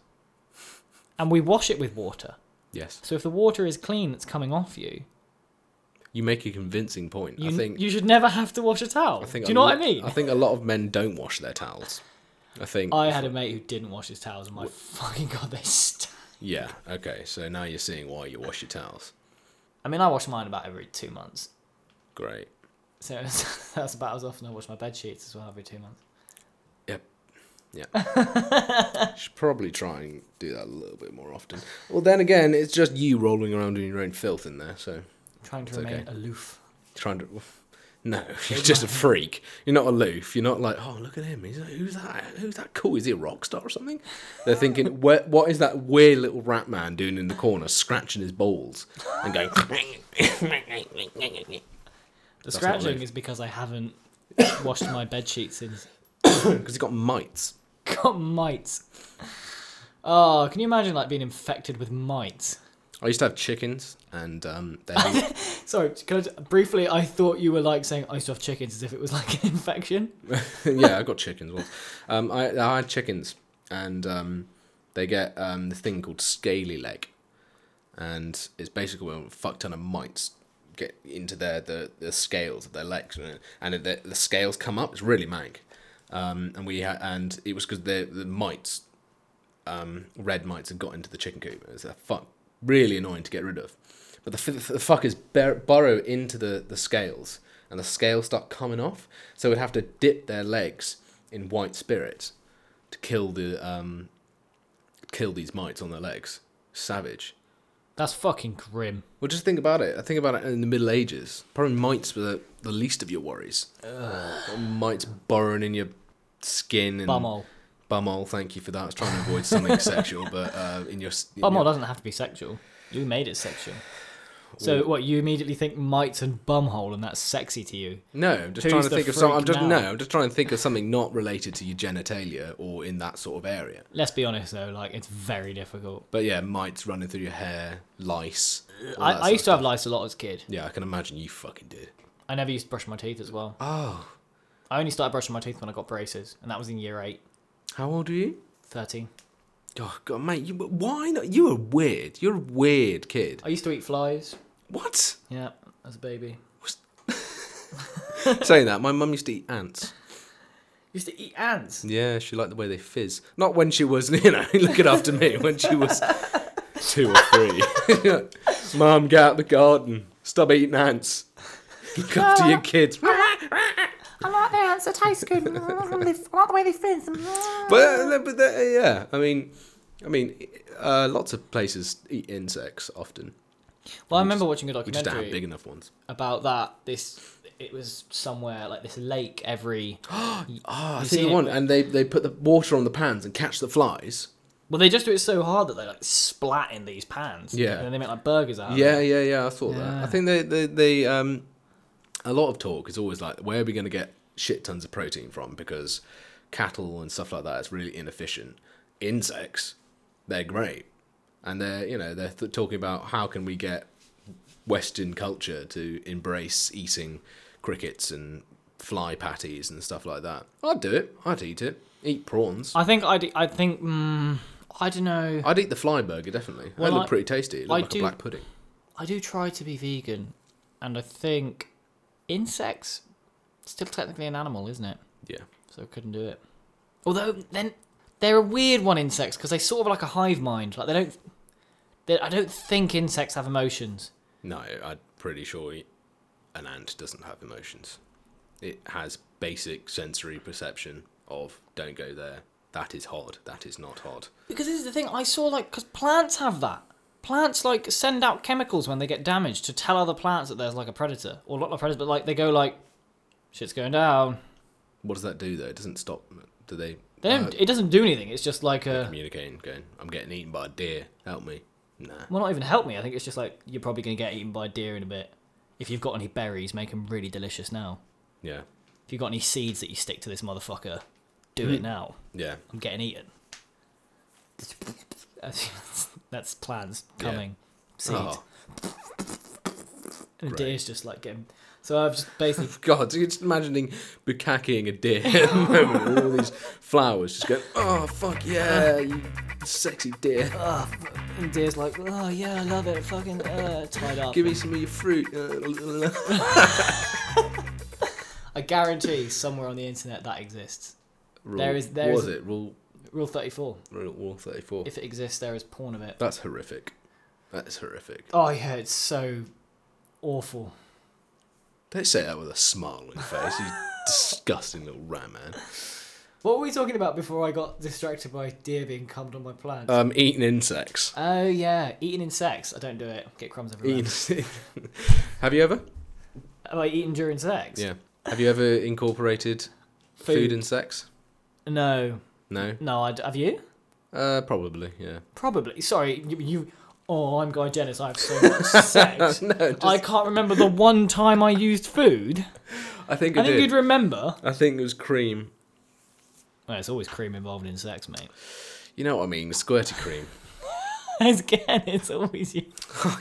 And we wash it with water.
Yes.
So if the water is clean that's coming off you,
You make a convincing point.
you,
I think.
you should never have to wash a towel.
I think
Do you
a
know what I
lo-
mean?
I think a lot of men don't wash their towels. I think.
I had a mate who didn't wash his towels, and my fucking god, they stank.
Yeah. Okay. So now you're seeing why you wash your towels.
I mean, I wash mine about every two months,
Great.
so it's- that's about as often I wash my bed sheets as well every two months.
Yep. Yeah. Should probably try and do that a little bit more often. Well, then again, it's just you rolling around in your own filth in there. So
trying to
It's
remain
okay.
aloof.
trying to. No, you're just a freak. You're not aloof. You're not like, oh, look at him. He's like, who's that? Who's that cool? Is he a rock star or something? They're thinking, "Where- what is that weird little rat man doing in the corner, scratching his balls and going?
The
That's not
scratching
aloof.
is because I haven't washed my bed sheets since
Because he's got mites.
got mites. Oh, can you imagine like being infected with mites?
I used to have chickens, and um, they
Sorry, can I j- briefly, I thought you were like saying I used to have chickens as if it was like an infection.
yeah, I got chickens once. Um, I, I had chickens, and um, they get um, this thing called scaly leg, and it's basically when a fuck ton of mites get into their the, the scales of their legs, and, and the, the scales come up. It's really mank. Um, and we ha- and it was because the the mites, um, red mites, had got into the chicken coop. It's a fuck really annoying to get rid of. But the, f- the fuckers bur- burrow into the, the scales, and the scales start coming off. So we'd have to dip their legs in white spirit to kill the um, kill these mites on their legs. Savage.
That's fucking grim.
Well, just think about it. I think about it in the Middle Ages. Probably mites were the, the least of your worries. Mites burrowing in your skin and
Bumhole.
Bumhole, thank you for that. I was trying to avoid something sexual, but uh, in your s- in
Bumhole
your-
doesn't have to be sexual. You made it sexual. So what you immediately think mites and bumhole, and that's sexy to you.
No, I'm just
Who's
trying to
the
think of some. I'm
freak
just
now?
no, I'm just trying to think of something not related to your genitalia or in that sort of area.
Let's be honest though, like it's very difficult.
But yeah, mites running through your hair, lice. all
I,
that
I
sort
used
of-
to have lice a lot as a kid.
Yeah, I can imagine you fucking did.
I never used to brush my teeth as well.
Oh,
I only started brushing my teeth when I got braces, and that was in year eight,
how old are you?
13.
Oh god, mate, you, why not? You were weird. You're a weird kid.
I used to eat flies.
What?
Yeah, as a baby.
Saying that, my mum used to eat ants.
Used to eat ants.
Yeah, she liked the way they fizz. Not when she was, you know, looking after me, when she was two or three. Mum, get out the garden. Stop eating ants. Look after your kids.
I like their ants, they taste good. Mm, I like the way they fizz. Mm.
uh, But, but that- yeah, I mean, I mean, uh, lots of places eat insects often.
Well, I remember watching a
We just don't have big
documentary
enough ones.
about that. This, it was somewhere like this lake every.
Oh, I
You
see the
Ah, seen it
one, and they, they put the water on the pans and catch the flies.
Well, they just do it so hard that they like splat in these pans.
Yeah.
And then they make like burgers out.
Yeah,
Of it.
yeah, yeah. I thought that. I
Yeah.
think they, they, they, um, a lot of talk is always like, where are we going to get shit tons of protein from? Because cattle and stuff like that is really inefficient. Insects, they're great, and they're you know they're th- talking about how can we get Western culture to embrace eating crickets and fly patties and stuff like that. I'd do it. I'd eat it. Eat prawns.
I think I'd, I think mm, I don't know.
I'd eat the fly burger definitely.
Well,
they look
I-
pretty tasty. It
I
looked like
do-
a black pudding.
I do try to be vegan, and I think insects still technically an animal, isn't it?
Yeah.
so I couldn't do it. Although then they're a weird one insects because they sort of like a hive mind. Like they don't. They, I don't think insects have emotions.
No, I'm pretty sure an ant doesn't have emotions. It has basic sensory perception of don't go there. That is hot. That is not hot.
Because this is the thing I saw like because plants have that. Plants like send out chemicals when they get damaged to tell other plants that there's like a predator or not a predator, but like they go like, shit's going down.
What does that do though? It doesn't stop. Do they?
They don't, it doesn't do anything. It's just like a
communicating, going, I'm getting eaten by a deer. Help me. Nah.
well, not even help me. I think it's just like you're probably gonna get eaten by a deer in a bit. If you've got any berries, make them really delicious now.
Yeah.
If you've got any seeds that you stick to this motherfucker, do it now.
Yeah.
I'm getting eaten. That's plans coming. Seeds.
Oh.
And a
Great.
deer is just like him. So I've just basically
God, you're just imagining bukakiing a deer at the moment with all these flowers just going, oh, fuck yeah, you sexy deer.
and deer's like, oh yeah, I love it. Fucking uh, tied up.
Give me some of your fruit. Uh,
I guarantee somewhere on the internet that exists.
Rule,
There is- there
was
is-
it rule,
Rule 34.
rule, rule 34?
If it exists, there is porn of it.
That's horrific. That is horrific.
Oh yeah, it's so awful.
Don't say that with a smile on your face, you disgusting little rat man.
What were we talking about before I got distracted by deer being cummed on my plants?
Um, eating insects.
oh yeah, eating insects. I don't do it. Get crumbs everywhere.
Eating. Have you ever?
Am I eating during sex?
Yeah. Have you ever incorporated food,
Food.
and sex?
No,
No.
no. I d have you?
Uh, probably. Yeah.
Probably. Sorry, you. you oh, I'm Guy Jennis. I have so much sex.
No, just,
I
I,
can't remember the one time I used food.
think I,
I think
did.
you'd remember.
I think it was cream.
Oh, it's always cream involved in sex, mate.
You know what I mean? Squirty cream.
Again, it's always you.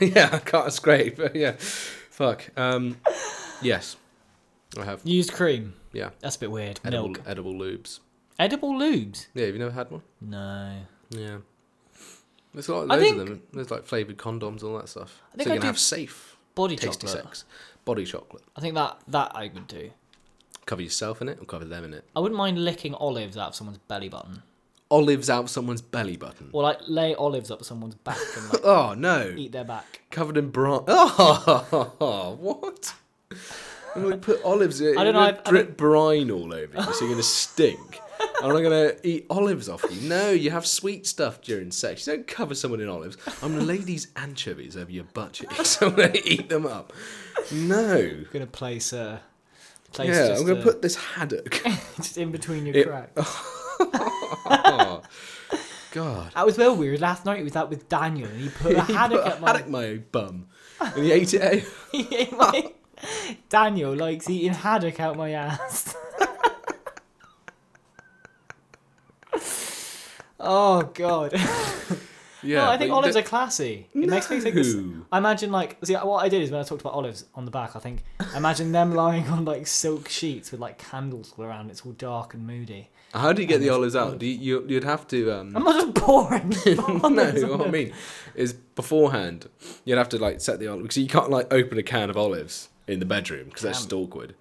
yeah, I can't scrape. But yeah. Fuck. Um, yes. I have.
Used cream.
Yeah.
That's a bit weird.
Edible,
Milk.
edible lubes.
Edible lubes.
Yeah. Have you never had one?
No. I
Yeah. There's a lot of
I
those
think-
of them. There's like flavoured condoms, all that stuff.
I think
so you
I
can
do
have safe,
Body
tasty
chocolate.
sex. Body chocolate.
I think that that I would do.
Cover yourself in it or cover them in it.
I wouldn't mind licking olives out of someone's belly button,
Olives out someone's belly button.
or like lay olives up someone's back and like
Oh no.
eat their back.
Covered in bronze. Oh, what? I'm gonna put olives in.
I don't know,
you're gonna
I've- I
Drip brine all over you, so you're gonna stink. I'm not gonna eat olives off you. No, you have sweet stuff during sex. You don't cover someone in olives. I'm gonna lay these anchovies over your butt cheeks. I'm gonna eat them up. No.
We're gonna place a place
Yeah,
just,
I'm gonna
uh,
put this haddock.
just in between your
It-
cracks.
Oh, God.
That was well weird. Last night it was that with Daniel, and he put a haddock
Put a
at my.
haddock my bum, and he ate it. out.
Daniel likes eating haddock out my ass. oh god.
Yeah,
no, I think
but you
olives
don't-
are classy. It makes me think. This,
No.
I imagine like see what I did is when I talked about olives on the back, I think I imagine them lying on like silk sheets with like candles all around. It's all dark and moody.
How do you get the olives out? Do you, you, you'd have to. Um,
I'm not just pouring. olives on
no, what I
them.
mean is beforehand, you'd have to like set the olives. You can't like open a can of olives in the bedroom because that's
Damn.
just awkward.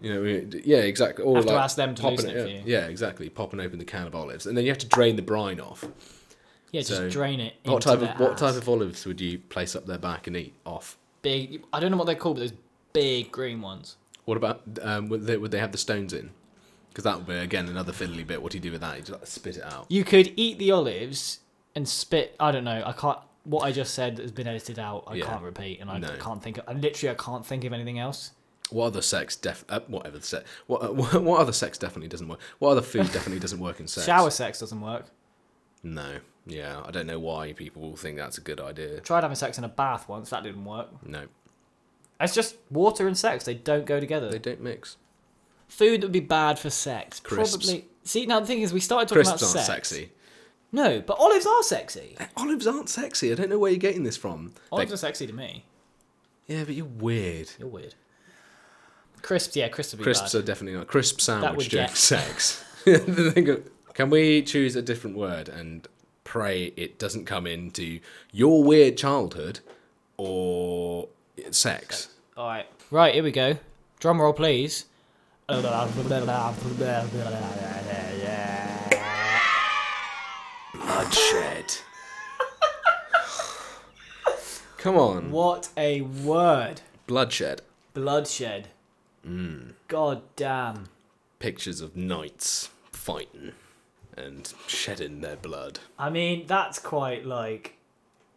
you know, it- yeah, exactly. Or
Have to
like
ask them to
popping
loosen it for
yeah,
you.
Yeah, exactly. Popping open the can of olives, and then you have to drain the brine off.
Yeah, just
So,
drain it.
What
into
type
their
of what
ass.
type of olives would you place up their back and eat off?
big? I don't know what they're called, but those big green ones.
What about um, would, they, would they have the stones in? Because that would be again another fiddly bit. What do you do with that? You just like, spit it out.
You could eat the olives and spit. I don't know. I can't. What I just said has been edited out. I
Yeah.
can't repeat, and I
No.
can't think. Of, I literally, I can't think of anything else.
What other sex def uh, whatever sex what, uh, what what other sex definitely doesn't work? What other food definitely doesn't work in sex?
Shower sex doesn't work.
No. Yeah, I don't know why people will think that's a good idea.
Tried having sex in a bath once. That didn't work.
No,
It's just water and sex. They don't go together.
they don't mix.
Food that would be bad for sex.
Crisps.
Probably. See, now the thing is, we started talking
Crisps
about
aren't
sex.
sexy.
No, but olives are sexy.
Olives aren't sexy. I don't know where you're getting this from.
Olives
They-
are sexy to me.
yeah, but you're weird.
You're weird. Crisps, yeah, crisps would be
Crisps
bad.
are definitely not crisp
would
sandwich during
get-
sex. Think of- Can we choose a different word and pray it doesn't come into your weird childhood or sex?
All right, right, here we go. Drum roll, please. That's
Bloodshed. Come on.
What a word.
Bloodshed.
Bloodshed.
Mm.
God damn.
Pictures of knights fighting and shedding their blood.
I mean, that's quite like.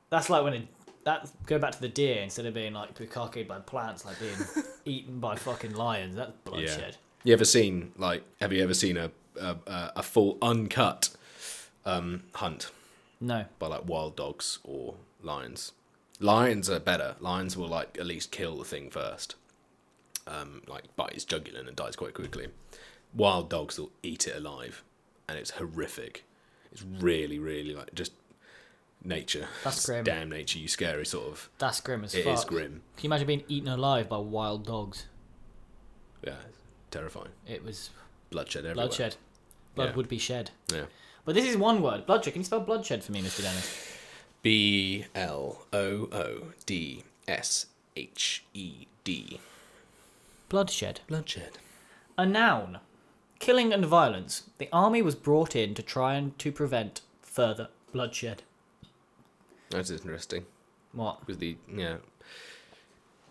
That's like when a. That's going back to the deer instead of being like bukkake by plants, like being eaten by fucking lions. That's bloodshed.
You ever seen like? Have you ever seen a a, a- a full uncut um, hunt
No.
by like wild dogs or lions? Lions are better. Lions will like at least kill the thing first. Um, like bite its jugular and dies quite quickly. Wild dogs will eat it alive, and it's horrific. It's really, really like just nature.
That's
It's
grim.
Damn nature, you scary sort of.
That's grim as
It is
fuck.
grim.
Can you imagine being eaten alive by wild dogs?
Yeah, it's terrifying.
It was
Bloodshed everywhere.
bloodshed. Blood
Yeah.
would be shed.
Yeah.
But this is one word. Bloodshed. Can you spell bloodshed for me, Mr. Dennis?
B L O O D S H E D.
Bloodshed.
Bloodshed.
A noun. Killing and violence. The army was brought in to try and to prevent further bloodshed.
That's interesting.
What?
Because the yeah,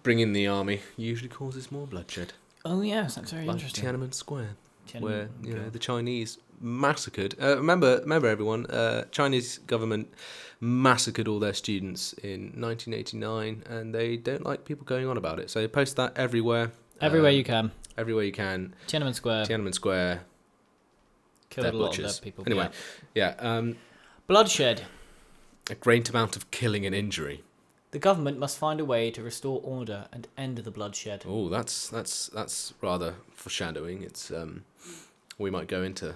bringing the army usually causes more bloodshed.
Oh yes, that's very
Like
interesting.
Tiananmen Square,
Tiananmen-
where you know
yeah.
the Chinese massacred. Uh, remember, remember everyone. Uh, Chinese government massacred all their students in 1989, and they don't like people going on about it. So post that everywhere.
Everywhere
um,
you can.
everywhere you can.
Tiananmen Square
Tiananmen Square.
Uh, killed
they're
a lot
butchers.
of their people.
Anyway,
yeah.
yeah. um,
bloodshed.
a great amount of killing and injury.
The government must find a way to restore order and end the bloodshed.
Oh, that's that's that's rather foreshadowing. It's um, we might go into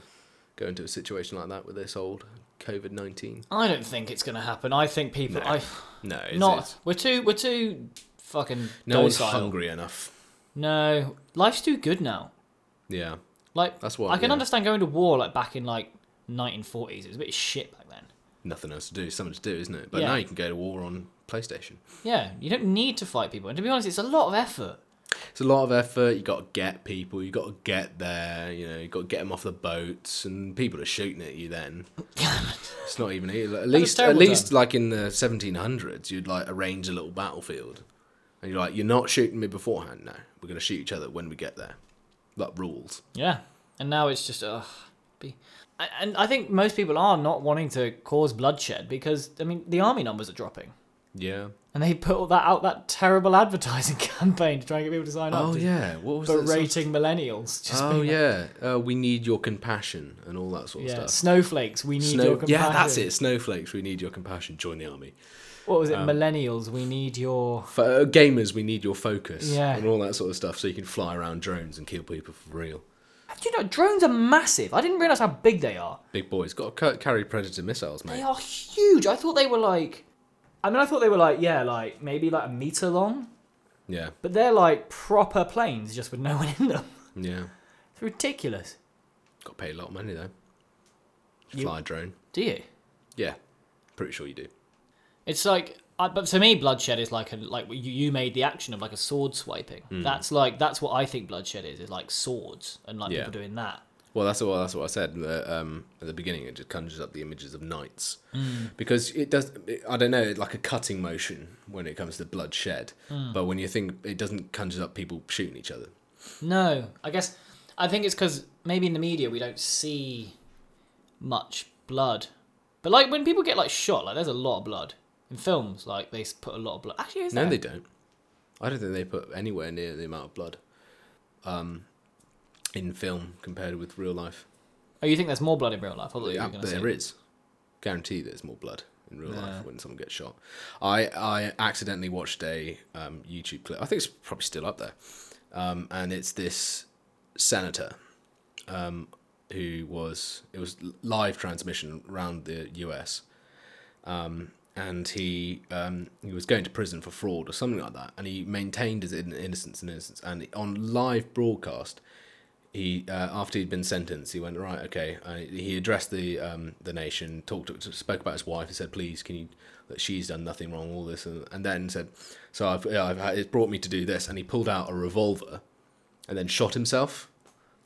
go into a situation like that with this old COVID nineteen.
I don't think it's going to happen. I think people.
No,
I
No, it's,
not.
it's-
We're too. We're too fucking
no one's
docile.
hungry enough.
No, life's too good now.
Yeah,
Like
That's what,
I can
yeah.
understand going to war like back in like 1940s. It was a bit shit back then.
nothing else to do. Something to do, isn't it? But
Yeah.
now you can go to war on PlayStation.
Yeah, you don't need to fight people, and to be honest, it's a lot of effort.
It's a lot of effort. You got to get people. You got to get there. You know, you got to get them off the boats, and people are shooting at you. Then it's not even e-, at least at
terrible
least like in the 1700s, you'd like arrange a little battlefield, and you're like, you're not shooting me beforehand. No, we're gonna shoot each other when we get there. Like rules.
Yeah, and now it's just ugh. Be, I- and I think most people are not wanting to cause bloodshed because I mean the army numbers are dropping,
Yeah.
and they put all that out that terrible advertising campaign to try and get people to sign up.
Oh
to
yeah. What was that? sort of-
berating millennials. Just
Oh
being like,
yeah. Uh, we need your compassion and all that sort of
yeah,
stuff.
snowflakes. We need
Snow-
your compassion.
yeah, that's it. Um, Snowflakes, we need your compassion. Join the army.
What was it? millennials. We need your.
For uh, gamers, we need your focus
Yeah.
and all that sort of stuff, so you can fly around drones and kill people for real.
Do you know drones are massive? I didn't realize how big they are.
Big boys got to carry predator missiles,
They
mate.
are huge. I thought they were like. I mean, I thought they were like yeah, like maybe like a meter long,
Yeah,
but they're like proper planes, just with no one in them.
yeah.
It's ridiculous.
Got paid a lot of money though.
You-
Fly a drone.
Do you?
Yeah, pretty sure you do.
It's like, I, but to me, bloodshed is like a like you, you made the action of like a sword swiping. That's like that's what I think bloodshed is. Is like swords and like
Yeah.
people doing that.
Well, that's what that's what I said uh, um, at the beginning. It just conjures up the images of knights
Mm.
because it does. It, I don't know, like a cutting motion when it comes to bloodshed.
Mm.
But when you think it doesn't conjures up people shooting each other.
No, I guess I think it's because maybe in the media we don't see much blood, but like when people get like shot, like there's a lot of blood in films. Like they s- put a lot of blood. Actually, is
No,
there?
they don't. I don't think they put anywhere near the amount of blood um, in film compared with real life.
Oh, you think there's more blood in real life? I thought you
Yeah,
were gonna say.
there is. Guarantee there's more blood in real life when someone gets shot. I, I accidentally watched a um, YouTube clip. I think it's probably still up there. Um, and it's this senator um, who was, it was live transmission around the US. and he um, he was going to prison for fraud or something like that, and he maintained his in- innocence and innocence. And on live broadcast, he uh, after he'd been sentenced, he went right, okay. Uh, he addressed the um, the nation, talked spoke about his wife, and said, please, can you that she's done nothing wrong, all this, and, and then said, so I've, yeah, I've had- it's brought me to do this, and he pulled out a revolver, and then shot himself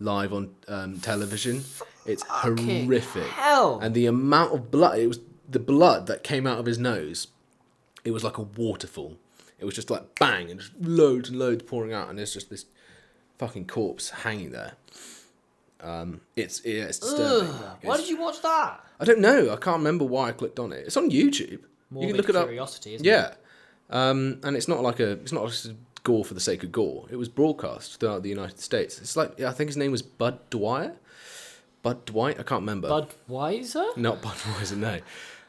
live on um, television. It's horrific.
hell.
And the amount of blood, it was the blood that came out of his nose, it was like a waterfall. It was just like bang, and just loads and loads pouring out, and there's just this fucking corpse hanging there. Um, it's yeah, it's disturbing.
Ugh, why
It's-
did you watch that?
I don't know. I can't remember why I clicked on it. It's on YouTube. you
Morbid
can look it up.
curiosity, isn't it?
Yeah, um, and it's not like a it's not just gore for the sake of gore. It was broadcast throughout the United States. It's like yeah, I think his name was Bud Dwyer, Bud Dwight. I can't remember.
Budweiser?
Not Budweiser. No,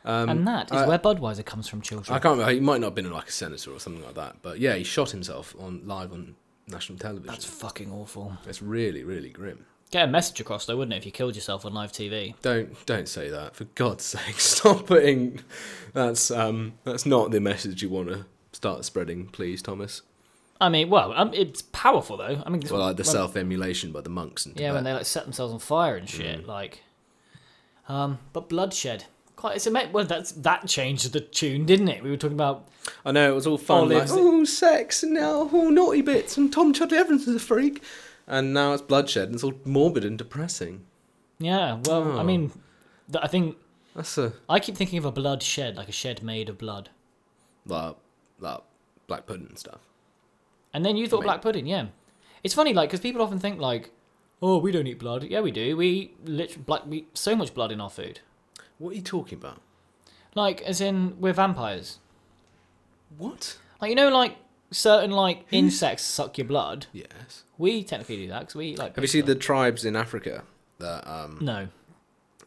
and that is
Um, I-
where Budweiser comes from, children.
I can't. remember. He might not have been like a senator or something like that. But yeah, he shot himself on live on national television.
That's fucking awful.
It's really really grim.
Get a message across though, wouldn't it, if you killed yourself on live TV?
Don't don't say that for God's sake. Stop putting. That's um that's not the message you want to start spreading, please, Thomas.
I mean, well, um, it's powerful though. I mean,
Well, like the
when-
self emulation by the monks and
Yeah, when they like set themselves on fire and
Mm.
shit, like. Um, but bloodshed. Quite, it's a well. That's that changed the tune, didn't it? We were talking about
I know it was all fun.
Olives.
like, oh, sex and now all naughty bits and Tom Chudley Evans is a freak, and now it's bloodshed and it's all morbid and depressing.
yeah. Well, I
Oh.
mean, th- I think
That's a
I keep thinking of a bloodshed, like a shed made of blood.
like like black pudding and stuff.
And then you thought
Mate.
black pudding, yeah. It's funny, like, because people often think like, oh, we don't eat blood. Yeah, we do. We eat lit- black. We eat so much blood in our food.
What are you talking about?
Like, as in, we're vampires.
What?
Like you know, like certain like insects suck your blood.
Yes.
We technically do that because we eat, like.
Have you seen the tribes in Africa that um
No.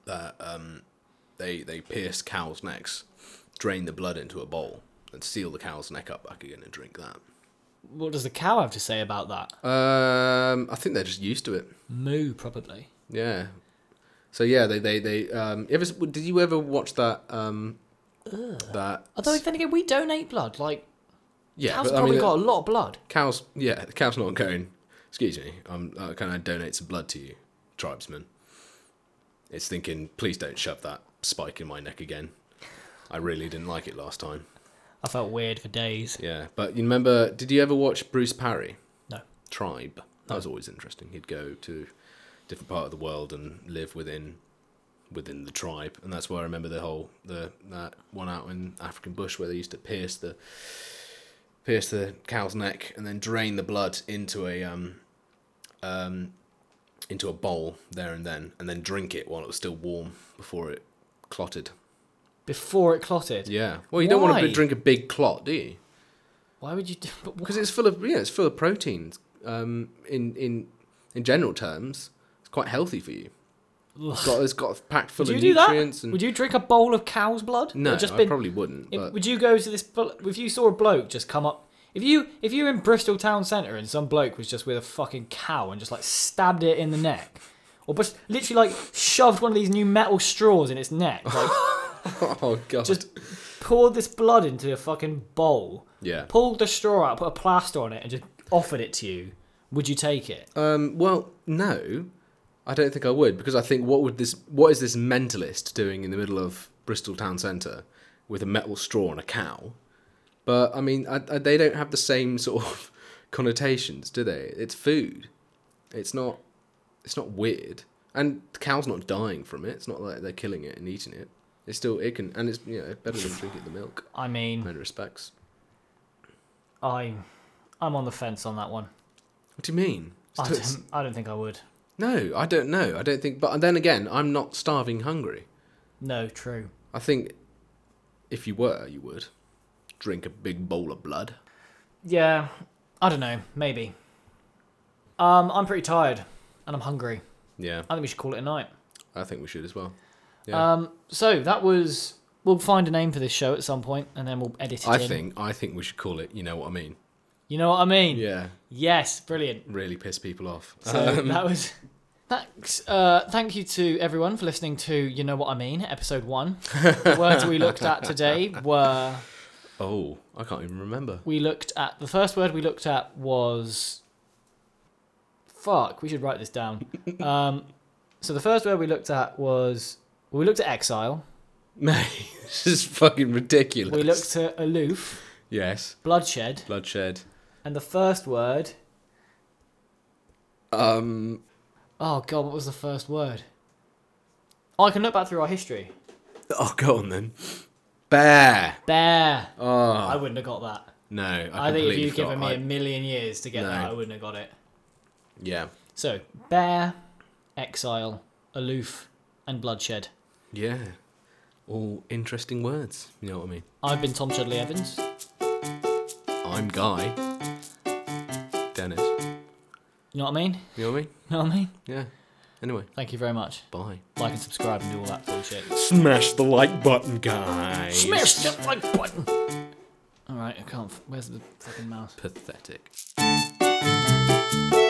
that um they they pierce cows' necks, drain the blood into a bowl, and seal the cow's neck up back again and drink that?
What does the cow have to say about that?
Um, I think they're just used to it.
Moo, probably.
Yeah. So yeah, they they they um. you Ever s- did you ever watch that um that?
Although then again, we donate blood. Like
yeah,
cows
but, I
probably
mean,
got a lot of blood.
cows. Yeah, the cow's not going. Excuse me. I'm uh, can I donate some blood to you, tribesman? It's thinking, please don't shove that spike in my neck again. I really didn't like it last time.
I felt weird for days.
Yeah, but you remember? Did you ever watch Bruce Parry?
No.
Tribe. That was always interesting. He'd go to different part of the world and live within within the tribe, and that's why I remember the whole the that one out in African bush where they used to pierce the pierce the cow's neck and then drain the blood into a um um into a bowl there and then, and then drink it while it was still warm before it clotted.
Before it clotted.
Yeah. Well, you don't want
Why?
to drink a big clot, do you?
Why would you do? But
because
what?
it's full of yeah, it's full of proteins. Um, in in in general terms, it's quite healthy for you. It's got it's got packed full
Would you
of
do
nutrients
that?
and
Would you drink a bowl of cow's blood?
no,
Or just
I
been-
probably wouldn't.
if-
But
would you go to this? blo- If you saw a bloke just come up, if you if you were in Bristol town centre and some bloke was just with a fucking cow and just like stabbed it in the neck, or just literally like shoved one of these new metal straws in its neck, like
oh god,
just poured this blood into a fucking bowl,
yeah.
pulled the straw out, put a plaster on it, and just offered it to you. Would you take it?
Um, well, no, I don't think I would because I think what would this what is this mentalist doing in the middle of Bristol town centre with a metal straw and a cow? But I mean, I, I, they don't have the same sort of connotations, do they? It's food. It's not. It's not weird, and the cow's not dying from it. It's not like they're killing it and eating it. It's still it can, and it's you know better than drinking the milk.
I
In
mean,
many respects.
I, I'm on the fence on that one.
What do you mean? It's
I
t- it's-
don't, I don't think I would.
no, I don't know. I don't think. But then again, I'm not starving hungry.
No, true.
I think if you were, you would drink a big bowl of blood.
Yeah, I don't know. Maybe. Um, I'm pretty tired, and I'm hungry.
Yeah,
I think we should call it a night.
I think we should as well. Yeah.
Um, so that was. We'll find a name for this show at some point, and then we'll edit it.
I
in.
think I think we should call it. You know what I mean?
You know what I mean?
Yeah,
Yes, brilliant.
really piss people off.
So that was. Thanks. Uh, thank you to everyone for listening to You Know What I Mean, episode one. the words we looked at today were
oh, I can't even remember.
we looked at the first word we looked at was fuck. We should write this down. Um, so the first word we looked at was we looked at exile.
Mate, this is fucking ridiculous.
We looked at aloof,
Yes,
bloodshed,
bloodshed.
and the first word.
Um,
Oh god, what was the first word? Oh, I can look back through our history.
oh, go on then. Bear.
Bear. I
Oh
wouldn't have got that.
no,
I
I,
think if
completely
you'd given me
forgot.
a million years to get
No.
that, I wouldn't have got it.
I- yeah,
So, bear, exile, aloof, and bloodshed.
yeah. All interesting words. You know what I mean?
I've been Tom Chudley Evans.
I'm Guy. Dennis.
You know what I mean?
You know what I
You
mean?
know what I mean?
Yeah. Anyway,
Thank you very much.
bye.
Like and subscribe and do all that bullshit.
Smash the like button, guys.
Smash that like button. All right, I can't. f- Where's the fucking mouse?
Pathetic.
Thank